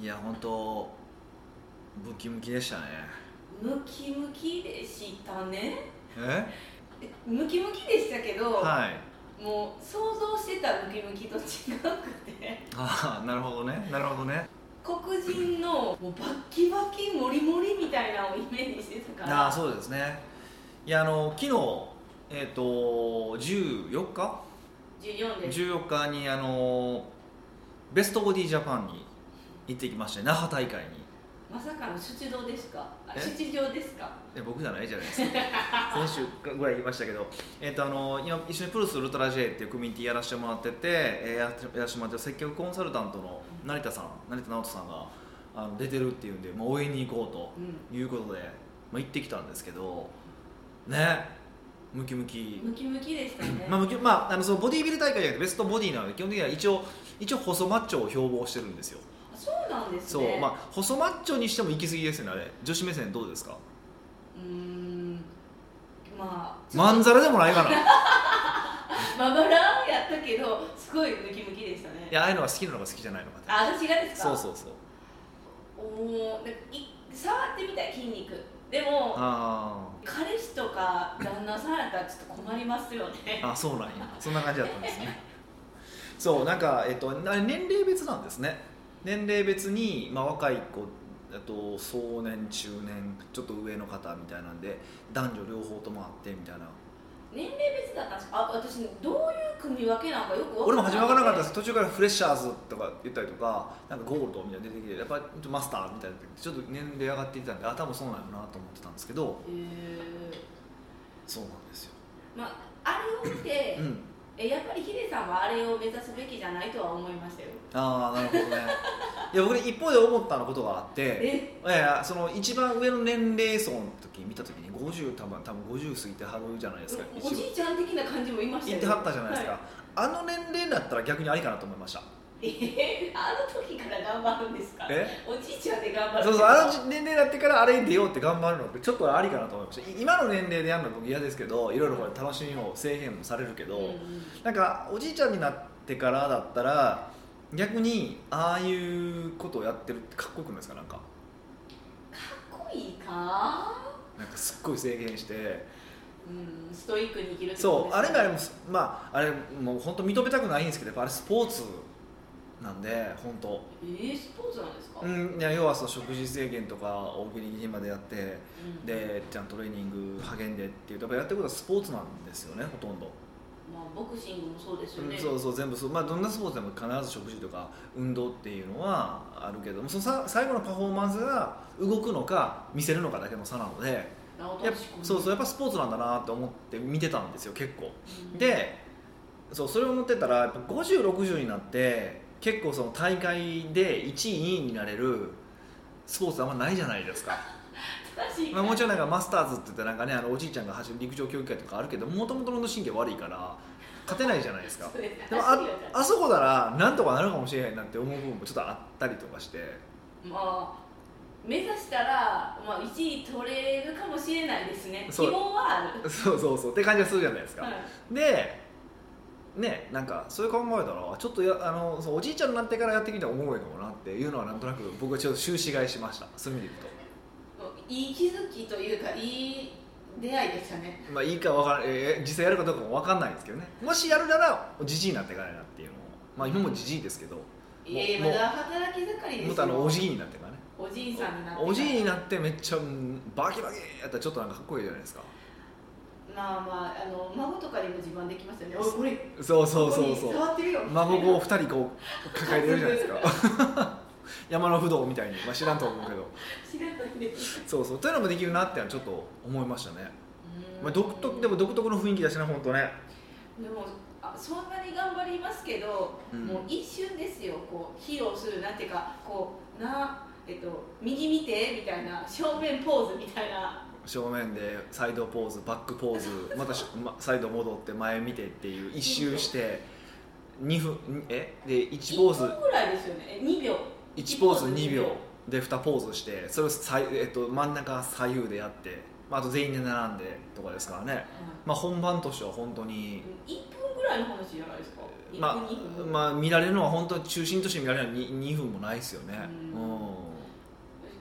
いや本当ムキムキでしたねムキムキでしたねええムキムキでしたけど、はいもう想像してたムキムキと違くてああなるほどねなるほどね黒人のもうバッキバキモリモリみたいなのをイメージしてたからああそうですねいやあの昨日えっ、と14日14です14日にあのベストボディジャパンに行ってきまして那覇大会にまさかの出場ですかあえ出場ですかえ僕じゃないじゃ ないですか先週ぐらい言いましたけど、えっとあの今一緒にプルスウルトラ J っていうコミュニティやらせてもらってて、えーやってやらせてもらってる接客コンサルタントの成田さん成田直人さんがあの出てるっていうんで、まあ、応援に行こうとうんいうことで、まあ、行ってきたんですけどねムキムキ、ムキムキでしたね、まあムキまあ、あのそのボディビル大会じゃなくてベストボディなので基本的には一応一応細マッチョを標榜してるんですよ、あそうなんですそうねまあ細マッチョにしても行き過ぎですよねあれ女子目線どうですかうーんまあまんざらでもないかなまばらやったけどすごいムキムキでしたねいやああいうのが好きなのが好きじゃないのかってあ私がですそかうそうそううおーなんかい触ってみたい筋肉でもあ彼氏とか旦那さんやったらちょっと困りますよ ねーあそうなんやそんな感じだったんですねそうなんかえっとな年齢別なんですね年齢別に、まあ、若い子えっと壮年中年ちょっと上の方みたいなんで男女両方ともあってみたいな年齢別だったんですかあ私どういう組み分けなんかよく俺も初め分からなかったですです途中からフレッシャーズとか言ったりとかなんかゴールドみたいなの出てきてやっぱりマスターみたいなの出てきてちょっと年齢上がっていったんであ多分そうなんだなと思ってたんですけどへえそうなんですよ、まああれを見てうん、えやっぱりヒデさんはあれを目指すべきじゃないとは思いましたよああなるほ どねいや僕ね一方で思ったことがあってえいやいやその一番上の年齢層の時見た時に50多分多分50過ぎてはるじゃないですかおおじいちゃん的な感じもいました言っよてはったじゃないですか、あの年齢だったら逆にありかなと思いましたえあの時から頑張るんですかえおじいちゃんで頑張るそうそうあの年齢だってからあれに出ようって頑張るのってちょっとありかなと思いましたい今の年齢でやるの僕嫌ですけどいろいろこれ楽しみも制限もされるけど、うんうんなんかおじいちゃんになってからだったら逆にああいうことをやってるってかっこよくないですかなんかかっこいいかなんかすっごい制限してうんストイックに生きるってことそでうすあねれがあれもまああれもう本当認めたくないんですけどやっぱあれスポーツなんで本当えー、スポーツなんですか、うんいや要はその食事制限とかをギリギリまでやってうんでちゃんとトレーニング励んでっていうとやっぱやってることはスポーツなんですよねほとんど、まあ、ボクシングもそうですようねんそうそう全部そうまあどんなスポーツでも必ず食事とか運動っていうのはあるけどもそのさ最後のパフォーマンスが動くのか見せるのかだけの差なのでなおやっとぱしくそうそうやっぱスポーツなんだなって思って見てたんですよ結構うんでそうそれを思ってたらやっぱ5060になって結構その大会で1位2位になれるスポーツあんまないじゃないですか、正しいまあ、もちろんなんかマスターズって言ってなんかねあのおじいちゃんが走る陸上競技会とかあるけどもともとの運動神経悪いから勝てないじゃないですかそうです でも正しあいよねあそこならなんとかなるかもしれへんなって思う部分もちょっとあったりとかしてまあ目指したら、まあ、1位取れるかもしれないですね希そう望はあるそうそうそうって感じがするじゃないですか、はいでねなんかそういう考えたらちょっとやあのそうおじいちゃんになってからやってきたらおもろいかもなっていうのはなんとなく僕はちょっと終始買いしましたそういう意味でいいい気づきというかいい出会いでしたねくとまあいいかわからえー実際やるかどうかも分かんないんですけどねもしやるならじじいになってからやなっていうのをまあ今もじじいですけどもいやいやもまうだ働き盛りでっすとあのおおじじいになってからねいさんになっておじいになってめっちゃうんバキバキやったらちょっとなんかかっこいいじゃないですかまあまああの孫とかにも自慢できますよねおいこれそうそうそうここそにう触ってみよう孫を2人こう抱えてるじゃないですか 山の不動みたいに、まあ、知らんと思うけど知らないですそうそうというのもできるなってのはちょっと思いましたね、うーんまあ、独特でも独特の雰囲気だしな本当ねでもあそんなに頑張りますけど、うんもう一瞬ですよこう披露するなんていうかこうなえっと右見てみたいな正面ポーズみたいな正面でサイドポーズバックポーズまたし、ま、サイド戻って前見てっていう一周して2分んえで1ポー1ズ分ぐらいですよねえ2秒1ポーズ2秒で2ポーズしてそれをさい、えっと、真ん中左右でやって、まあ、あと全員で並んでとかですからね、はまあ、本番としては本当にい、1分ぐぐらいの話じゃないですか1ま分2あ、分、まあ、見られるのは本当に中心として見られるのは 2, 2分もないですよね、ううんん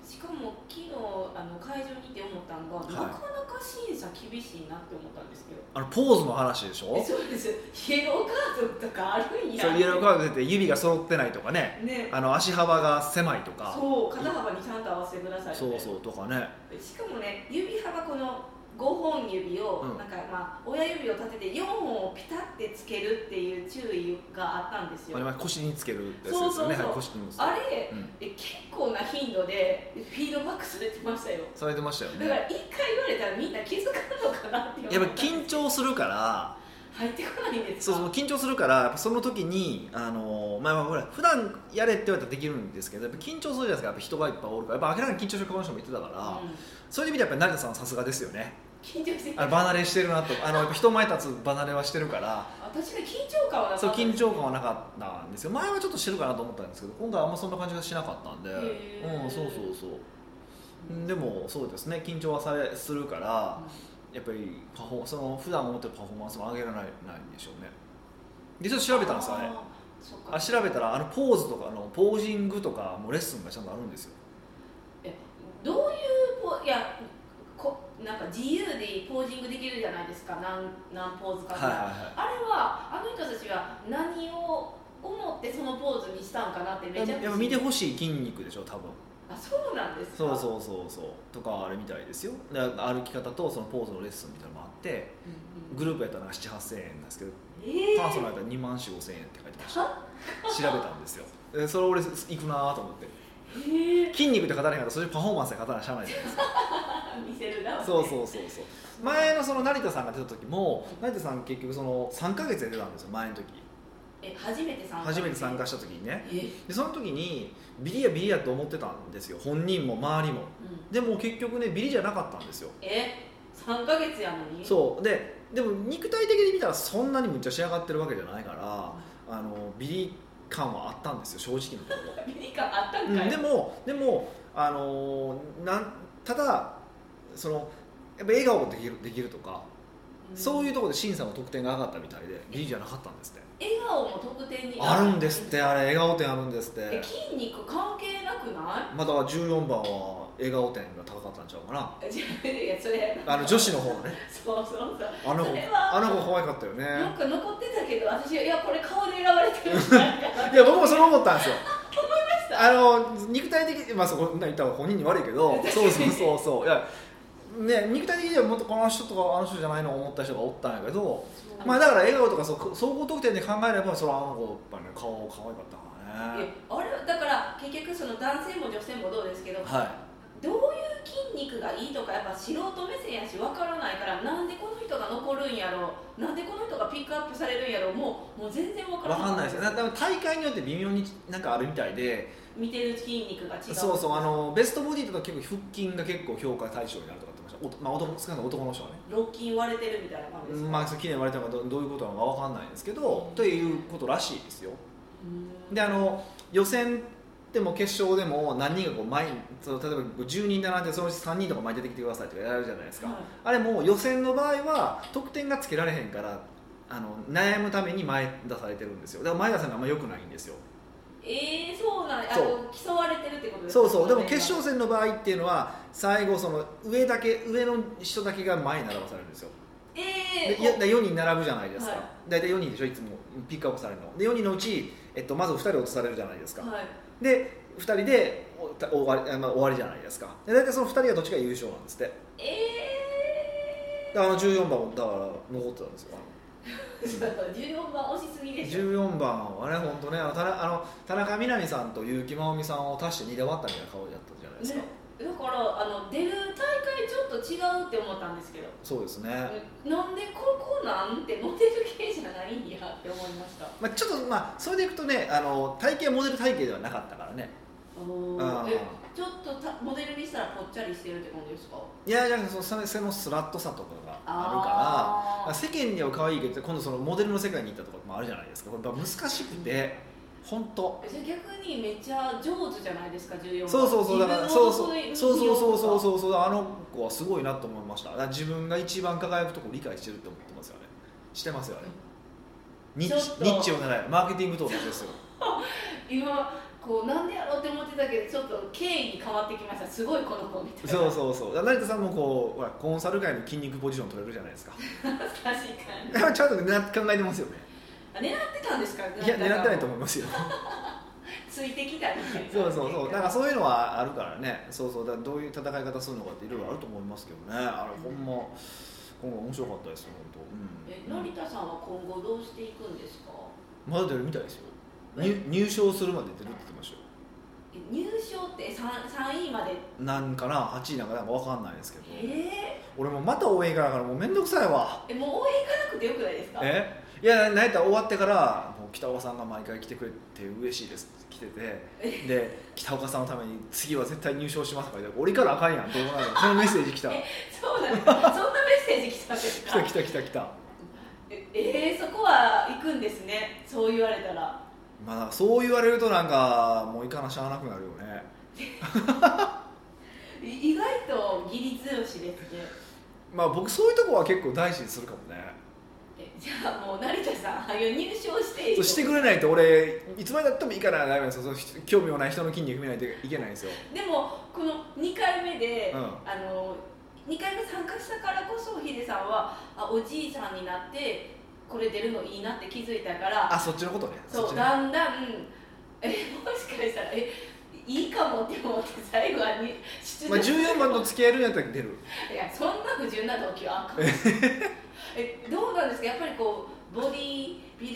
しかも昨日あの会場にいて思ったのが、はいなかなか審査厳しいなって思ったんですけどあのポーズの話でしえょそうですイエローカードとかあるんやそうイエローカード出て指が揃ってないとかねねあの足幅が狭いとかそう肩幅にちゃんと合わせてくださいそうそうとかねしかもね指幅この5本指を、うんなんかまあ親指を立てて4本をピタってつけるっていう注意があったんですよあれは腰につけるやつですそうそようねそうはい腰につけるあれうんえ結構な頻度でフィードバックされてましたよされてましたよだからね一回言われたらみんな気づかんのかなって思やっぱ緊張するから入ってこないんですそうかそう緊張するからやっぱその時にあのまあまあほら普段やれって言われたらできるんですけどやっぱ緊張するじゃないですかやっぱ人がいっぱいおるからやっぱ明らかに緊張してる顔の人も言ってたから、うんそういう意味ではやっぱ成田さんはさすがですよね緊張してあたの離れしてるなとあのやっぱ人前立つ離れはしてるから私が緊張感はなかったそう緊張感はなかったんですよ前はちょっとしてるかなと思ったんですけど今回はあんまそんな感じがしなかったんで、へーうん、そうそうそううんでもそうですね緊張はされするからやっぱりパフォーその普段思ってるパフォーマンスも上げられないないんでしょうねでちょっと調べたんですよねあーそっかあ調べたらあのポーズとかのポージングとかもレッスンがちゃんとあるんですよえどういうポいやこなんか自由でポージングできるじゃないですか何何ポーズかはいが、はいあれはあの人たちは何を思ってそのポーズにしたんかなってめはいちゃやくっちゃぱ見てほしい筋肉でしょ多分あそうなんですかそうそうそうそうとかあれみたいですよで歩き方とそのポーズのレッスンみたいなのもあってうんうんグループやったら78000円なんですけどえー、パーソナルやったら2万4 5千円って書いてましたは調べたんですよでそれ俺行くなと思ってえー、筋肉で勝たれへんかったらそれパフォーマンスで勝たなしゃあないじゃない ですか見せるなそうそうそうそう前のその成田さんが出た時も成田さん結局その3ヶ月で出たんですよ前の時え初めて参加初めて参加した時にねえーでその時にビリやビリやと思ってたんですよ本人も周りもうん、でも結局ねビリじゃなかったんですよえ3ヶ月やのにうそうででも肉体的に見たらそんなにむっちゃ仕上がってるわけじゃないからあのビリ感はあったんですよ正直なところビリ感あったんうんかい、でもでもあのなんただそのやっぱ笑顔ができるできるとか、そういううところで審査の得点が上がったみたいでビリじゃなかったんですって笑顔も特典にあるんですってあれ笑顔点あるんですってえ筋肉関係なくないまだ14番は笑顔点が高かったんちゃうかなえじゃあいやそれあの女子の方ねそうそうそうあの子それはあの子可愛かったよねなんか残ってたけど私いやこれ顔で選ばれてるんじゃないかないや僕もそれ思ったんですよしたあの肉体的まあそこそんなん言ったら本人に悪いけ どそうそうそうそういやね、肉体的にはもっとこの人とかあの人じゃないの思った人がおったんやけど、そうまあ、だから笑顔とかそう総合得点で考えればそれはあの子やっぱね顔可愛かったからいやねあれだから結局その男性も女性もどうですけどはどういう筋肉がいいとかやっぱ素人目線やし分からないからなんでこの人が残るんやろうなんでこの人がピックアップされるんやろうもうもう全然分いか分らかんないですよだから大会によって微妙になんかあるみたいで見てる筋肉が違うそうそうあのベストボディとか結構腹筋が結構評価対象になるとかって言ってましたおとまあ男少なくとも男の人はねロッキン割れてるみたいな感じですか、まあ記念言われたのかどどういうことなのかわかんないんですけどということらしいですようんであの予選でも決勝でも何人がこう前にそう例えば10人並んでそのうち3人とか前に出てきてくださいとかやるじゃないですか、はいあれも予選の場合は得点がつけられへんからあの悩むために前出されてるんですよだから前出されるのはあんま良くないんですよえー、そうなんあそうの競われてるってことですかそうそうでも決勝戦の場合っていうのは最後その上だけ上の人だけが前に並ばされるんですよえでー、いやで4人並ぶじゃないですか、はい大体4人でしょいつもピックアップされるので4人のうち、えっと、まず2人落とされるじゃないですか、はいで2人でおた終わり,あ、まあ、終わりじゃないですかで大体その2人がどっちが優勝なんですってえであの14番もだから残ってたんですよー、ちょっと14番押しすぎでしょ14番はね本当ねあの田中あの田中みな実さんと結城まおみさんを足して2で割ったみたいな顔だったじゃないですか、ねだからあの出る大会ちょっと違うって思ったんですけどそうですね、なんでここなんってモデル系じゃないんやって思いましたまあ、ちょっとまあそれでいくとねあの体型モデル体型ではなかったからねおあーーえちょっとたモデルにしたらぽっちゃりしてるって感じですかいやいやそのそのそのスラッとさとかがあるからあー世間には可愛いけど今度そのモデルの世界に行ったとかもあるじゃないですかこれやっぱ難しくて本当えじゃあ逆にめっちゃ上手じゃないですか14番そうそうそうだから自そ分うをそういそうそうそうそううそうそうあの子はすごいなと思いましただから自分が一番輝くとこ理解してるって思ってますよねしてますよねニちょっッとチニッチを狙いマーケティングと同じですよ今こうなんでやろうって思ってたけどちょっと経緯に変わってきましたすごいこの子みたいなそうそうそうだから成田さんもこうほらコンサル界の筋肉ポジション取れるじゃないですか 確かにちゃんと狙考えてますよねあ狙ってたんですかいや狙ってないと思う思いますよついてきたみたいなそうそうそうだからそういうのはあるからねそうそうだからどういう戦い方するのかっていろいろあると思いますけどねあれほんま今回面白かったですよ本え当、うん成田さんは今後どうしていくんですかまだ出るみたいですよ入入賞するまで出るって言ってましたよえ入賞って 3, 三位までなんかな8位なんかなんか分かんないですけどえ俺もうまた応援行かなからもうめんどくさいわー、えもう応援行かなくてよくないですかえいや何やったら終わってからもう北岡さんが毎回来てくれて嬉しいですって来ててで北岡さんのために次は絶対入賞しますとか言って俺からあかんやんと思わないそのメッセージ来た そうなんですかそんなメッセージ来たんです来かた来た来た来たええー、そこは行くんですねそう言われたらまあそう言われるとなんかもう行かなしゃあなくなるよねい意外と義理強しですねまあ僕そういうとこは結構大事にするかもねえじゃあもう成田さんああいう入賞してそうしてくれないと俺いつまでたってもいいからダメなんですよその人興味もない人の筋肉見ないといけないんですよでもこの2回目で、うんあの2回目参加したからこそヒデさんはあおじいさんになってこれ出るのいいなって気づいたからあそっちのことねっそちうのだんだんえもしかしたらえいいかもって思って最後はに出まあ、14番と付き合えるんやったら出るいやそんな不純な動機はあかん えどうなんですかやっぱりこうボディビル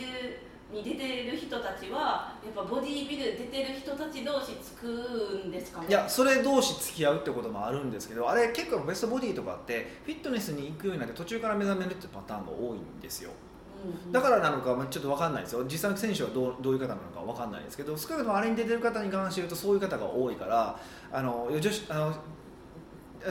に出てる人たちはやっぱボディビル出てる人たち同士つくんですかねいやそれ同士付き合うってこともあるんですけどあれ結構ベストボディとかってフィットネスに行くようになって途中から目覚めるってパターンが多いんですようんだからなのかまあちょっと分かんないですよ実際の選手はどうどういう方なのか分かんないですけど少なくともあれに出てる方に関して言うとそういう方が多いからあの女子あの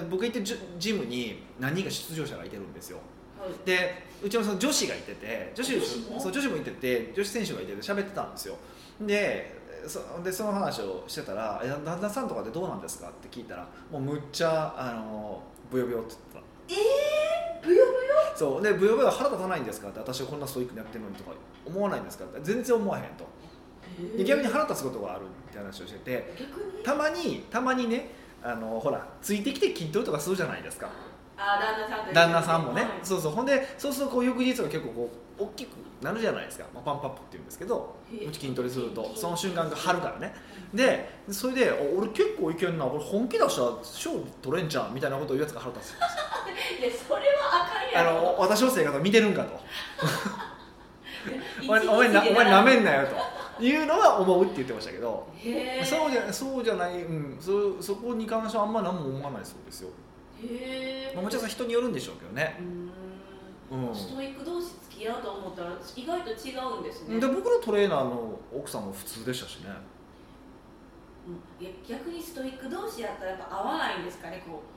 僕行ってるジジムに何人か出場者がいてるんですよはいでうちもその女子がいてて女子女子もそう女子もいてて女子選手がいてて喋ってたんですよでそでその話をしてたら「え旦那さんとかでどうなんですか?」って聞いたらもうむっちゃあのブヨブヨって言ってええぶよたそうで「ブヨブヨは腹立たないんですか?」って「私はこんなストイックにやってるのに」とか思わないんですかって全然思わへんとぶでよ逆に腹立つことがあるって話をしてて逆にたまにたまにねあのほらついてきて筋トレとかするじゃないですかあ旦那さんと旦那さんもね、はいそうそうほんでそうするとこう翌日は結構こう大きくなるじゃないですか、まあ、パンパップっていうんですけどへえうち筋トレするとその瞬間が張るからねでそれでお「俺結構いけんな俺本気出したら勝負取れんじゃん」みたいなことを言うやつが腹立ついやそれはあかんあやろの私の生活を見てるんかと「お前お前なお前ななめんなよ」というのは思うって言ってましたけど、へえそうじゃそうじゃない、うん、そそこに関してはあんま何も思わないそうですよ、へえまあ、もちろんそれ人によるんでしょうけどね、うーんうん、ストイック同士付き合うと思ったら意外と違うんですねで僕のトレーナーの奥さんも普通でしたしねうんいや逆にストイック同士やったらやっぱ合わないんですかねこう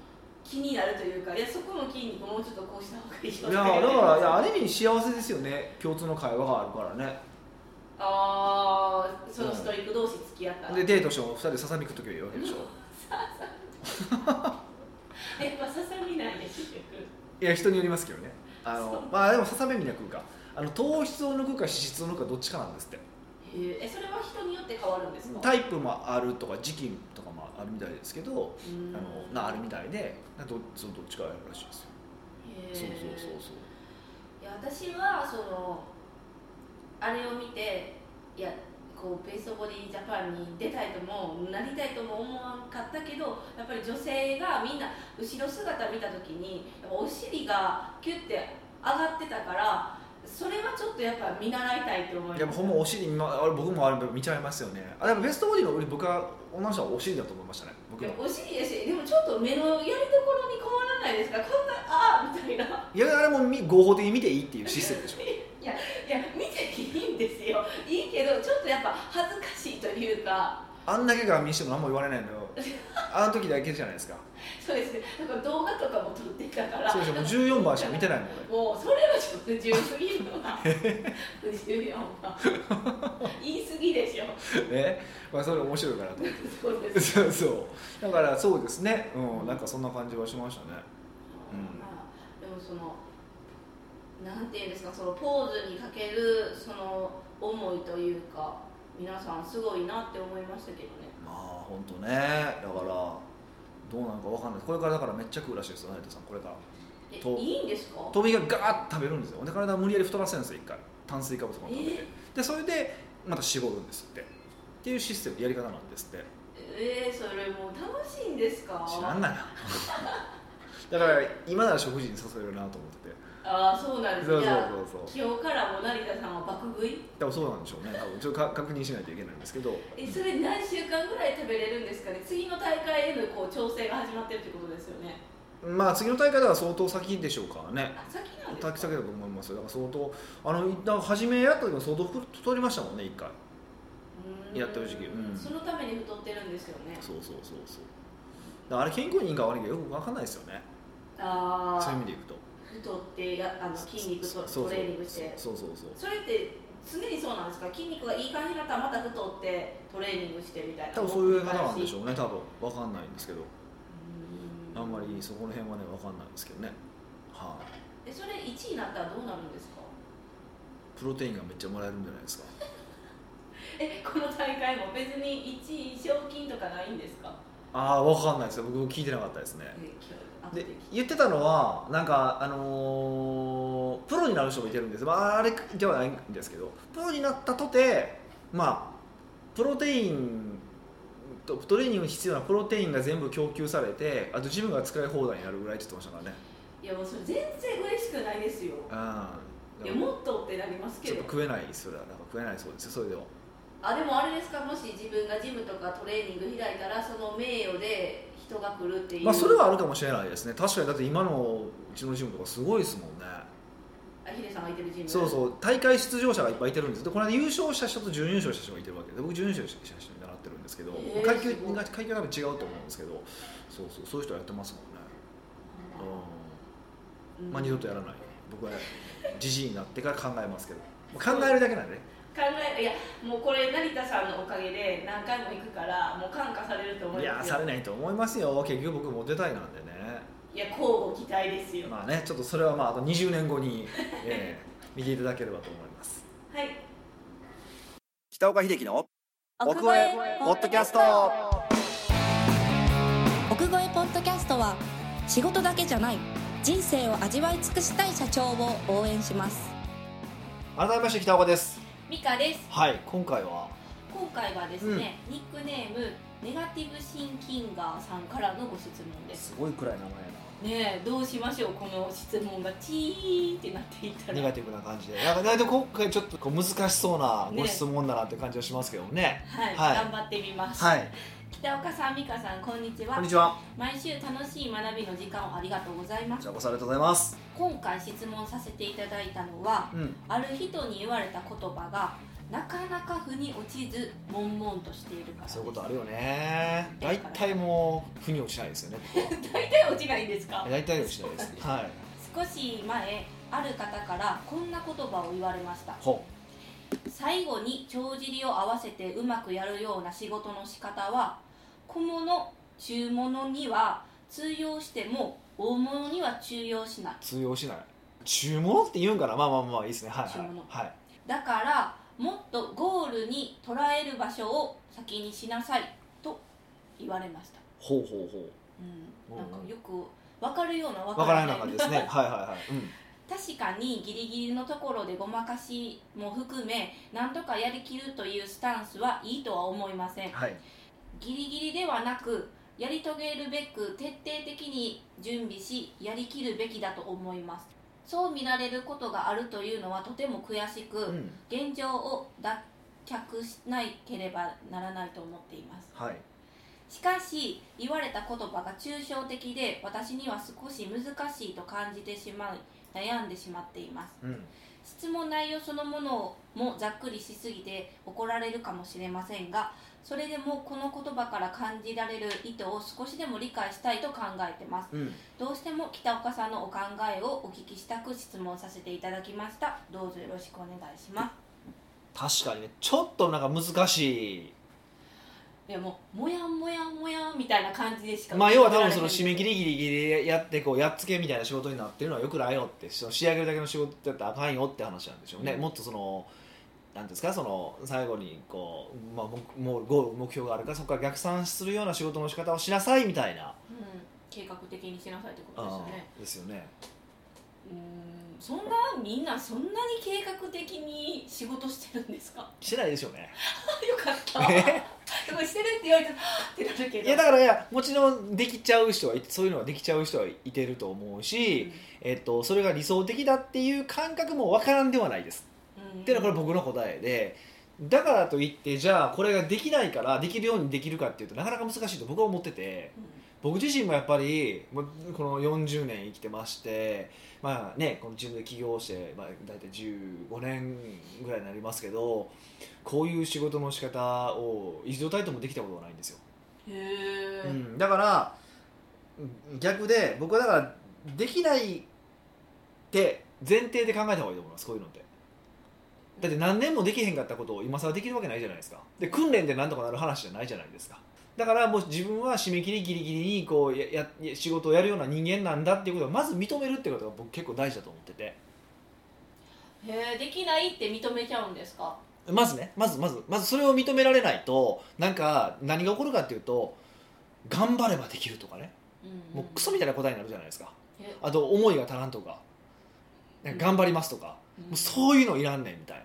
気になるというかいやそこの筋肉もうちょっとこうした方がいいよいやだからいやある意味幸せですよね共通の会話があるからねあーそのストイック同士付き合ったら、でやっデートしても2人でささみく時はいいわけでしょぱささみないです結局いや人によりますけどねあそうのまあでもささみみな食うかあの糖質を抜くか脂質を抜くかどっちかなんですってへええそれは人によって変わるんですかタイプもあるとか時期とかもあるみたいですけどうあんのなあるみたいでどそのどっちかやるらしいですよへえそうそうそうそういや私はそのあれを見ていやこうベストボディジャパンに出たいともなりたいとも思わんかったけどやっぱり女性がみんな後ろ姿見た時にやっぱお尻がキュッて上がってたからそれはちょっとやっぱ見習いたいと思いますやっぱほんまお尻今あれ僕もあれ見ちゃいますよねあれベストボディの俺僕は女の人はお尻だと思いましたね僕いのやお尻やしでもちょっと目のやりどころに変わらないですかこんなああみたいないやあれもみ合法的に見ていいっていうシステムでしょいや見ていいんですよいいけどちょっとやっぱ恥ずかしいというかあんだけが見しても何も言われないのよあの時だけじゃないですかそうですね。だから動画とかも撮ってたから、そうでしょもう14番しか見てないもんもうそれはちょっと十すぎるわ。十四は言い過ぎでしょ。俺ね、まあ、それ面白いかなと思っそうでてす。そうそうだからそうですねうんなんかそんな感じはしましたねまあでもそのなんていうんですかそのポーズにかけるその思いというか皆さんすごいなって思いましたけどねまあ本当ねだからどうなのかわかんないですこれからだからめっちゃ食うらしいですよ成田さんこれからえといいんですかトミがガーッと食べるんですよで体を無理やり太らせるんですよ一回炭水化物とかも食べて、えでそれでまた絞るんですってっていうシステムやり方なんですってえー、それもう楽しいんですか知らんがなだから今なら食事に誘えるなと思っててああそうなんですそうそうじゃあそうそう今日からも成田さんは爆食いでもそうなんでしょうね多分ちょっとか確認しないといけないんですけどえそれ何週間ぐらい食べれるんですかね次の大会へのこう調整が始まってるってことですよねまあ次の大会では相当先でしょうからねあ先なんです先か々だと思いますよだから相当あのだから初めやった時も相当太太りましたもんね一回うーんやってほしいけどうんそのために太ってるんですよねそうそうそうそうだからあれ健康にいいんか悪いんかよく分かんないですよねあそういう意あ味でいくと太ってやあの筋肉とそうそうトレーニングしてそうそうそうそれって常にそうなんですか筋肉がいい感じになったらまた太ってトレーニングしてみたいな多分そういう方なんでしうょうね多分分かんないんですけどーあんまりそこの辺はね分かんないんですけどねはい、えそれ1位になったらどうなるんですかプロテインがめっちゃもらえるんじゃないですかえ この大会も別に1位賞金とかないんですかああ分かんないですよ僕も聞いてなかったですねえ今日後でで聞言ってたのはなんかあのープロになる人もいてるんです、まあ、あれではないんですけどプロになったとてまあプロテインとトレーニングに必要なプロテインが全部供給されてあと自分が使い放題になるぐらいって言ってましたからねいやもうそれ全然嬉しくないですようんいやもっとってなりますけちょっどと食えないですよだから食えないそうですよそれでもあでもあれですかもし自分がジムとかトレーニング開いたらその名誉で人が来るっていう、まあそれはあるかもしれないですね確かにだって今のうちのジムとかすごいですもんねあヒデさんがいてるジムそううそう大会出場者がいっぱいいてるんですでこの間優勝した人と準優勝した人がいてるわけで僕準優勝した人に習ってるんですけど、えー階級すごいが階級が多分違うと思うんですけどそうそうそういう人はやってますもんね、ううんん、まあ二度とやらない僕はじじいになってから考えますけど、まあ考えるだけなんでね考えいやもうこれ成田さんのおかげで何回も行くからもう感化されると思いいやまーすさよれないと思いますよ結局僕モテたいなんでねいや交互期待ですよ、まあねちょっとそれはまああと20年後 に、えー見ていただければと思いますはい北岡秀樹の奥越えポッドキャスト奥越えポッドキャストは仕事だけじゃない人生を味わい尽くしたい社長を応援します改めまして北岡ですミカですはい今回は今回はですね、ニックネームネガティブシンキンガーさんからのご質問ですすごい暗い名前やねえどうしましょうこの質問がチーってなっていっなたらネガティブな感じでなんか大体今回ちょっとこう難しそうなご質問だなって感じはしますけどもねはい、はい頑張ってみます、はい北岡さん美香さんこんにちはこんにちは毎週楽しい学びの時間をありがとうございまじすゃあこそありがとうございます今回質問させていただいたのはうんある人に言われた言葉がなかなか腑に落ちず悶々としているからですそういうことあるよね大体もう腑に落ちないですよ ね 大体落ちないんですか大体落ちないですはい少し前ある方からこんな言葉を言われましたほ最後に帳尻を合わせてうまくやるような仕事の仕方は小物中物には通用しても大物には中用しないう通用しない注文って言うんかなまあまあまあいいですねはい注はい文はいだからもっとゴールに捉える場所を先にしなさいと言われました、ほうほうほううん、んなんかよく分かるようなう分わかかららないない感じですねはいはいはい、うん、 確かにギリギリのところでごまかしも含めなんとかやりきるというスタンスはいいとは思いませんはいギリギリではなくやり遂げるべく徹底的に準備しやりきるべきだと思いますそう見られることがあるというのはとても悔しく、うん現状を脱却しないければならないと思っていますはいしかし言われた言葉が抽象的で私には少し難しいと感じてしまい悩んでしまっていますうん質問内容そのものもざっくりしすぎて怒られるかもしれませんがそれでもこの言葉から感じられる意図を少しでも理解したいと考えてますうんどうしても北岡さんのお考えをお聞きしたく質問させていただきましたどうぞよろしくお願いします確かにねちょっとなんか難しいいやもうもやもやもやうみたいな感じでしかまあ要は多分その締め切りギリギリやってこうやっつけみたいな仕事になってるのはよくないよってその仕上げるだけの仕事だったらあかんよって話なんでしょうね、うんもっとそのなんていうんですかその最後にこう、まあ、ももうゴール目標があるからそこから逆算するような仕事の仕方をしなさいみたいな、うん、計画的にしなさいってことですあよねーですよねうんそんなみんなそんなに計画的に仕事してるんですか してないでしょうねよかったすごいしてるって言われてはぁってなるけどいやだからいやもちろんできちゃう人はいそういうのができちゃう人はいてると思うし、えっと、それが理想的だっていう感覚もわからんではないですうんっていうのはこれ僕の答えでだからといってじゃあこれができないからできるようにできるかっていうとなかなか難しいと僕は思ってて僕自身もやっぱりもうこの40年生きてましてまあねこの自分で起業して、まあ、大体15年ぐらいになりますけどこういう仕事の仕方を一度たりともできたことがないんですよ、うんへえ、うん、だからうん逆で僕はだからできないって前提で考えた方がいいと思いますこういうのって。だって何年もできへんかったことを今更できるわけないじゃないですかで訓練で何とかなる話じゃないじゃないですかだからもう自分は締め切りギリギリにこうややや仕事をやるような人間なんだっていうことをまず認めるってことが僕結構大事だと思っててへえできないって認めちゃうんですかまずねまずまずまずそれを認められないとなんか何が起こるかっていうと頑張ればできるとかねうんもうクソみたいな答えになるじゃないですかえあと思いが足らんとかなんか頑張りますとかうんもうそういうのいらんねんみたいな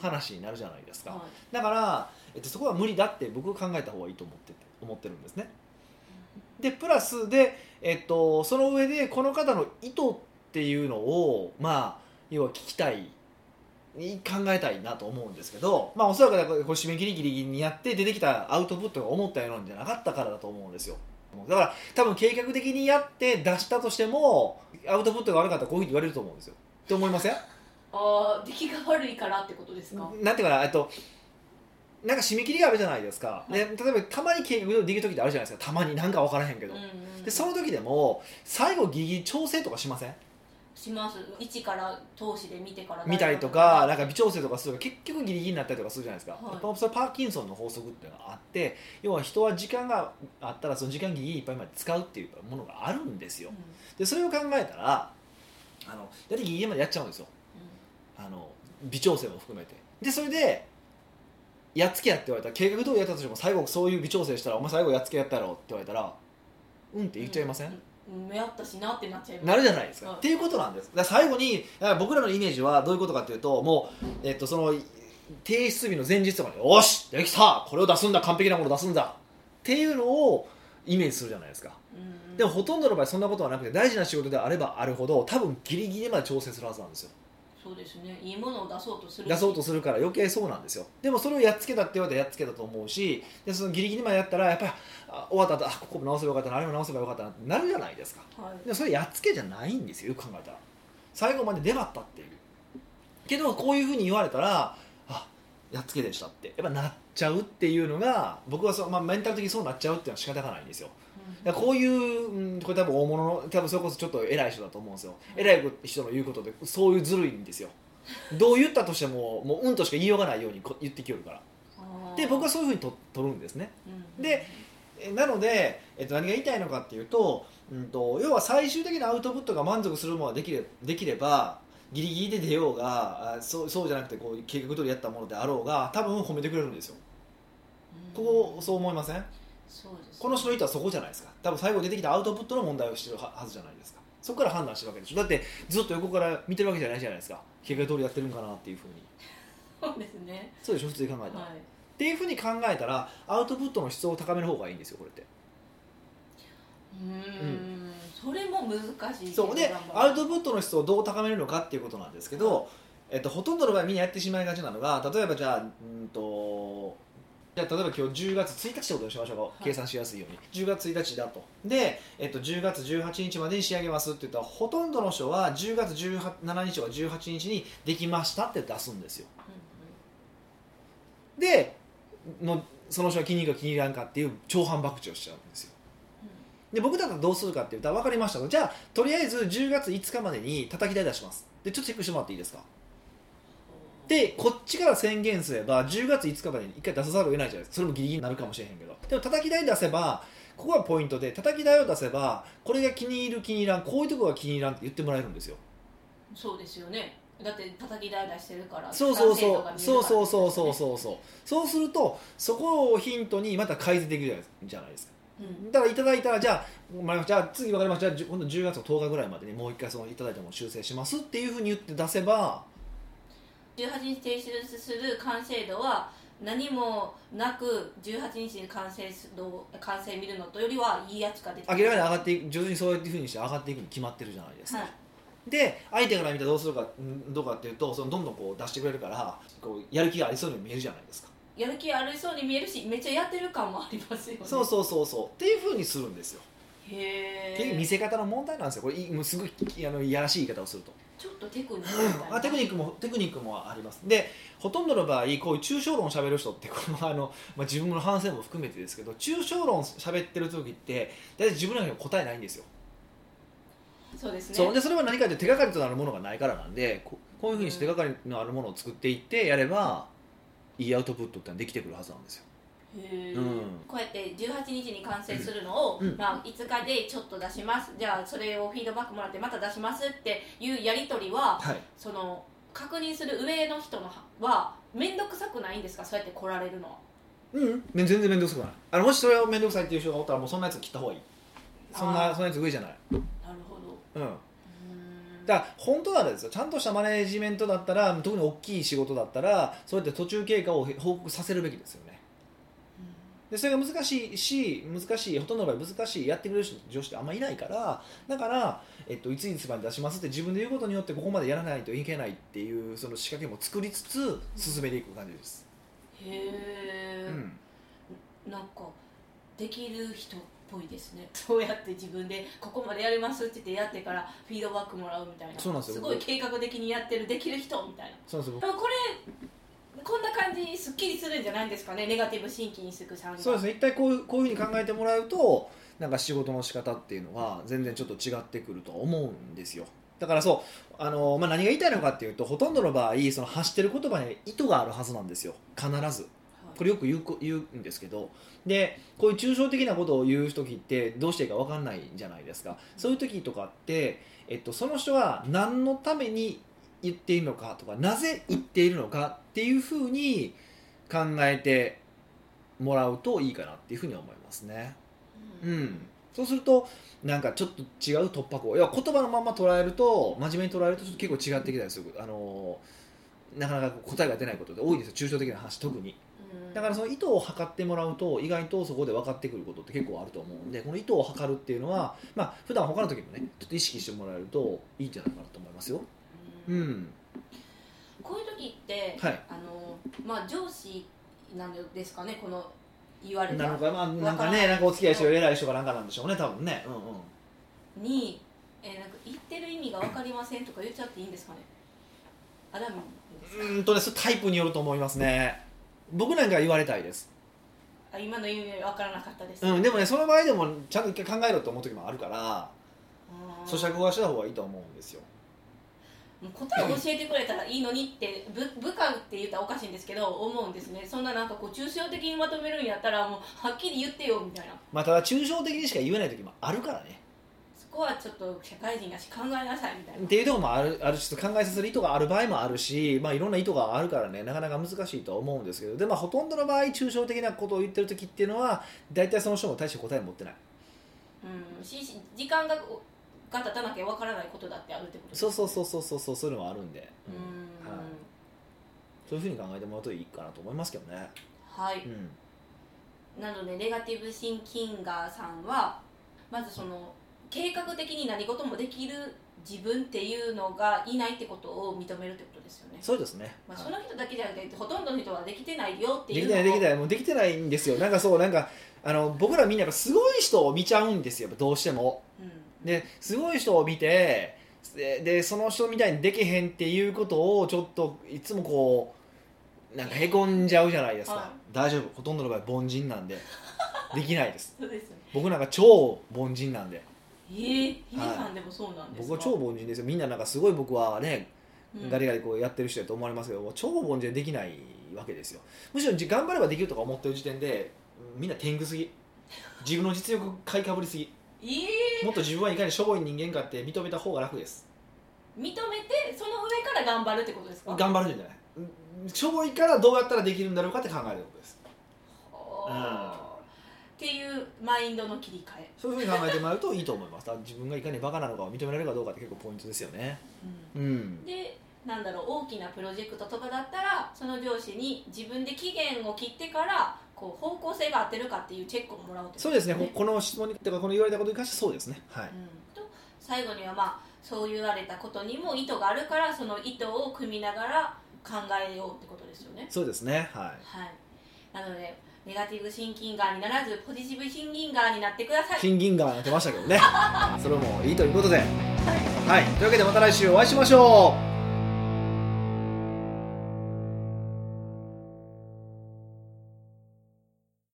うん話になるじゃないですかはいだから、えっと、そこは無理だって僕は考えた方がいいと思ってて思ってるんですね。でプラスで、えっと、その上でこの方の意図っていうのをまあ要は聞きたいい考えたいなと思うんですけど、まあ、おそらくだからこう締め切りギリギリにやって出てきたアウトプットが思ったようなんじゃなかったからだと思うんですよ。だから多分計画的にやって出したとしてもアウトプットが悪かったらこういうふうに言われると思うんですよ。って思いませんああ出来が悪いからってことですか、なんていうかなえっとなんか締め切りがあるじゃないですか、で例えばたまに計画できる時ってあるじゃないですかたまになんか分からへんけど、うんうんでその時でも最後ギリギリ調整とかしませんします一から投資で見てから見たりとかなんか微調整とかすると結局ギリギリになったりとかするじゃないですか、はいやっぱそれパーキンソンの法則っていうのがあって要は人は時間があったらその時間ギリギリいっぱいまで使うっていうものがあるんですようんうんでそれを考えたらあのだってギリギリまでやっちゃうんですよあの微調整も含めてでそれでやっつけやって言われたら計画通りやったとしても最後そういう微調整したらお前最後やっつけやったやろって言われたらうんって言っちゃいません、うん、目合ったしなってなっちゃいますなるじゃないですか、はいっていうことなんですだから最後にだから僕らのイメージはどういうことかというともう、えっと、その提出日の前日とかに「よしできたこれを出すんだ完璧なものを出すんだ」っていうのをイメージするじゃないですかうんうんでもほとんどの場合そんなことはなくて大事な仕事であればあるほど多分ギリギリまで調整するはずなんですよそうですねいいものを出そうとする出そうとすするから余計そうなんですよでもそれをやっつけたって言われたらやっつけたと思うしでそのギリギリまでやったらやっぱりあ終わった後あここも直せばよかったなあれも直せばよかったなってなるじゃないですかる、はいでもそれやっつけじゃないんですよよく考えたら最後まで出張ったっていうけどこういうふうに言われたらあやっつけでしたってやっぱなっちゃうっていうのが僕はそう、まあ、メンタル的にそうなっちゃうっていうのは仕方がないんですよだからこういう、うん、これ多分大物の多分それこそちょっと偉い人だと思うんですよ偉い人の言うことでそういうずるいんですよどう言ったとしてももううんとしか言いようがないようにこ言ってきよるからうんで僕はそういうふうにと取るんですねうんでえなので、えっと、何が言いたいのかっていうと,、うん、と要は最終的なアウトプットが満足するものができれできればギリギリで出ようがあそうそうじゃなくてこう計画通りやったものであろうが多分褒めてくれるんですようんここそう思いませんそうですこの人の意図はそこじゃないですか多分最後出てきたアウトプットの問題をしてるははずじゃないですかそこから判断してるわけでしょだってずっと横から見てるわけじゃないじゃないですか計画通りやってるんかなっていうふうにそうですねそうでしょ普通に考えたら、はいっていうふうに考えたらアウトプットの質を高める方がいいんですよこれってうーんそれも難しいそうでアウあトプットの質をどう高めるのかっていうことなんですけど、えっと、ほとんどの場合みんなやってしまいがちなのが例えばじゃあうんとじゃあ例えば今日10月1日ってことにしましょうか、い計算しやすいように10月1日だとで、えっと、10月18日までに仕上げますって言ったらほとんどの人は10月17日とか18日にできましたって出すんですよでのその人は気に入るか気に入らんかっていう超反爆打をしちゃうんですよで僕だったらどうするかって言ったら分かりましたとじゃあとりあえず10月5日までに叩き台出しますでちょっとチェックしてもらっていいですかでこっちから宣言すれば10月5日までに1回出さざるを得ないじゃないですかそれもギリギリになるかもしれへんけどでも叩き台出せばここがポイントで叩き台を出せばこれが気に入る気に入らんこういうとこが気に入らんって言ってもらえるんですよそうですよねだって叩き台出してるからそうそう男性そとうか見るかそらうそうそうそうそうそうそうするとそこをヒントにまた改善できるじゃないですかうんだからいただいたらじゃあまあじゃあ次分かりましたじゃあ今度10月の10日ぐらいまでにもう一回そのいただいたものを修正しますっていうふうに言って出せば18日提出する完成度は何もなく18日に完成度完成見るのとよりはいいやつが出て明らかに上がっていく徐々にそういうふうにして上がっていくに決まってるじゃないですか、はいで相手から見たらどうするかんどうかっていうとそのどんどんこう出してくれるからこうやる気がありそうに見えるじゃないですかやる気ありそうに見えるしめっちゃやってる感もありますよねそうそうそうそうっていうふうにするんですよへ結局見えせ方の問題なんですよこれいもうすごいあのいやらしい言い方をするとちょっとテクニックみたいなあテクニックもテクニックもありますでほとんどの場合こういう抽象論を喋る人ってこのあの、まあ、自分の反省も含めてですけど抽象論喋ってる時って大体自分の中に答えないんですよそうですねそうでそれは何かというと手がかりとなるものがないからなんでここういうふうにして手がかりのあるものを作っていってやればいいアウトプットってのはできてくるはずなんですよ、へーうんこうやって18日に完成するのを、うんまあ、5日でちょっと出しますじゃあそれをフィードバックもらってまた出しますっていうやり取りははい、その確認する上の人のは面倒くさくないんですかそうやって来られるのはうんめ全然面倒くさくないあのもしそれを面倒くさいっていう人がおったらもうそんなやつ切った方がいいそんあなーそんなやつ上じゃないなるほどうんうーんだから本当ならですよちゃんとしたマネージメントだったら特に大きい仕事だったらそうやって途中経過を報告させるべきですよねでそれが難しいし難しいほとんどの場合難しいやってくれる上司ってあんまいないからだから、えっと、いついつまで出しますって自分で言うことによってここまでやらないといけないっていうその仕掛けも作りつつ進めていく感じです、へうえ、ん、なんかできる人っぽいですね そうやって自分でここまでやりますって言ってやってからフィードバックもらうみたいなそうなんですよごい計画的にやってるできる人みたいなそうそうでもこれこんな感じにすっきりするんじゃないんですかねネガティブシンキングすくさんがそうですね一体こういうこういうふうに考えてもらうとなんか仕事の仕方っていうのは全然ちょっと違ってくると思うんですよだからそうあの、まあ、何が言いたいのかっていうとほとんどの場合その発してる言葉に意図があるはずなんですよ必ずこれよく言うこ言うんですけどでこういう抽象的なことを言う時ってどうしていいか分かんないじゃないですかそういう時とかって、えっと、その人が何のために言っているのかとかなぜ言っているのかっていうふうに考えてもらうといいかなっていうふうに思いますね。ううんん、そうするとなんかちょっと違う突破口いや言葉のまんま捉えると真面目に捉えるとちょっと結構違ってきたりする、あのなかなか答えが出ないことで多いですよ抽象的な話特に。うんだからその意図を測ってもらうと意外とそこで分かってくることって結構あると思うんでこの意図を測るっていうのはまあ普段他の時もねちょっと意識してもらえるといいんじゃないかなと思いますよううんんこういう時って、はいあのまあ上司なんですかねこの言われなたのかまあなんかねなんかお付き合いしてる偉い人かなんかなんでしょうね多分ねうんうんに、えーなんか言ってる意味が分かりませんとか言っちゃっていいんですかねあダメですうーんとねそれタイプによると思いますね僕なんか言われたいです、あ今の意味分からなかったです、うん、でもねその場合でもちゃんと一回考えろと思う時もあるからあー咀嚼はした方がいいと思うんですよもう答えを教えてくれたらいいのにって部部下って言ったらおかしいんですけど思うんですねそんななんかこう抽象的にまとめるんやったらもうはっきり言ってよみたいなまあただ抽象的にしか言えない時もあるからねそこはちょっと社会人だし考えなさいみたいっなていうとこもあるあるしちょっと考えさせる意図がある場合もあるし、まあ、いろんな意図があるからねなかなか難しいとは思うんですけどで、まあ、ほとんどの場合抽象的なことを言ってる時っていうのは大体その人も大して答え持ってないうんしし時間がが経たなきゃ分からないことだってあるってことそうそううそうそうそうそうそういうのはあるんで、ううんんはいそういうふうに考えてもらうといいかなと思いますけどね、はい、うん、なのでネガティブシンキンガーさんはまずその計画的に何事もできる自分っていうのがいないってことを認めるってことですよね、そうですね、まあ、はいその人だけじゃなくてほとんどの人はできてないよってでいきうてのないでをきてないもうできてないんですよなんかそうなんかあの僕らみんなやっぱすごい人を見ちゃうんですよやっぱどうしてもうんですごい人を見てででその人みたいにできへんっていうことをちょっといつもこうなんかへこんじゃうじゃないですか、は大丈夫ほとんどの場合凡人なんでできないです そうですね僕なんか超凡人なんでええヒデはいさんでもそうなんです僕か、は超凡人ですよみんななんかすごい僕はねうんガリガリこうやってる人やと思われますけども超凡人できないわけですよむしろじ頑張ればできるとか思ってる時点でうんみんな天狗すぎ自分の実力買いかぶりすぎいいもっと自分はいかにしょぼい人間かって認めた方が楽です認めてその上から頑張るってことですか頑張るんじゃないうんしょぼいからどうやったらできるんだろうかって考えることですおうんーっていうマインドの切り替え、そういうふうに考えてもらうといいと思い ますだから自分がいかにバカなのかを認められるかどうかって結構ポイントですよねうんでなんだろう大きなプロジェクトとかだったらその上司に自分で期限を切ってからこう方向性が合ってるかっていうチェックをもらうってことそうですねここの質問にとかこの言われたことに関してそうですねはいうん、と最後にはまあそう言われたことにも意図があるからその意図を組みながら考えようってことですよねそうですねははいなのでネガティブシンキンガーにならずポジティブシンキンガーになってくださいい金銀河が出ましたけどねそれもいいということではい、というわけでまた来週お会いしましょう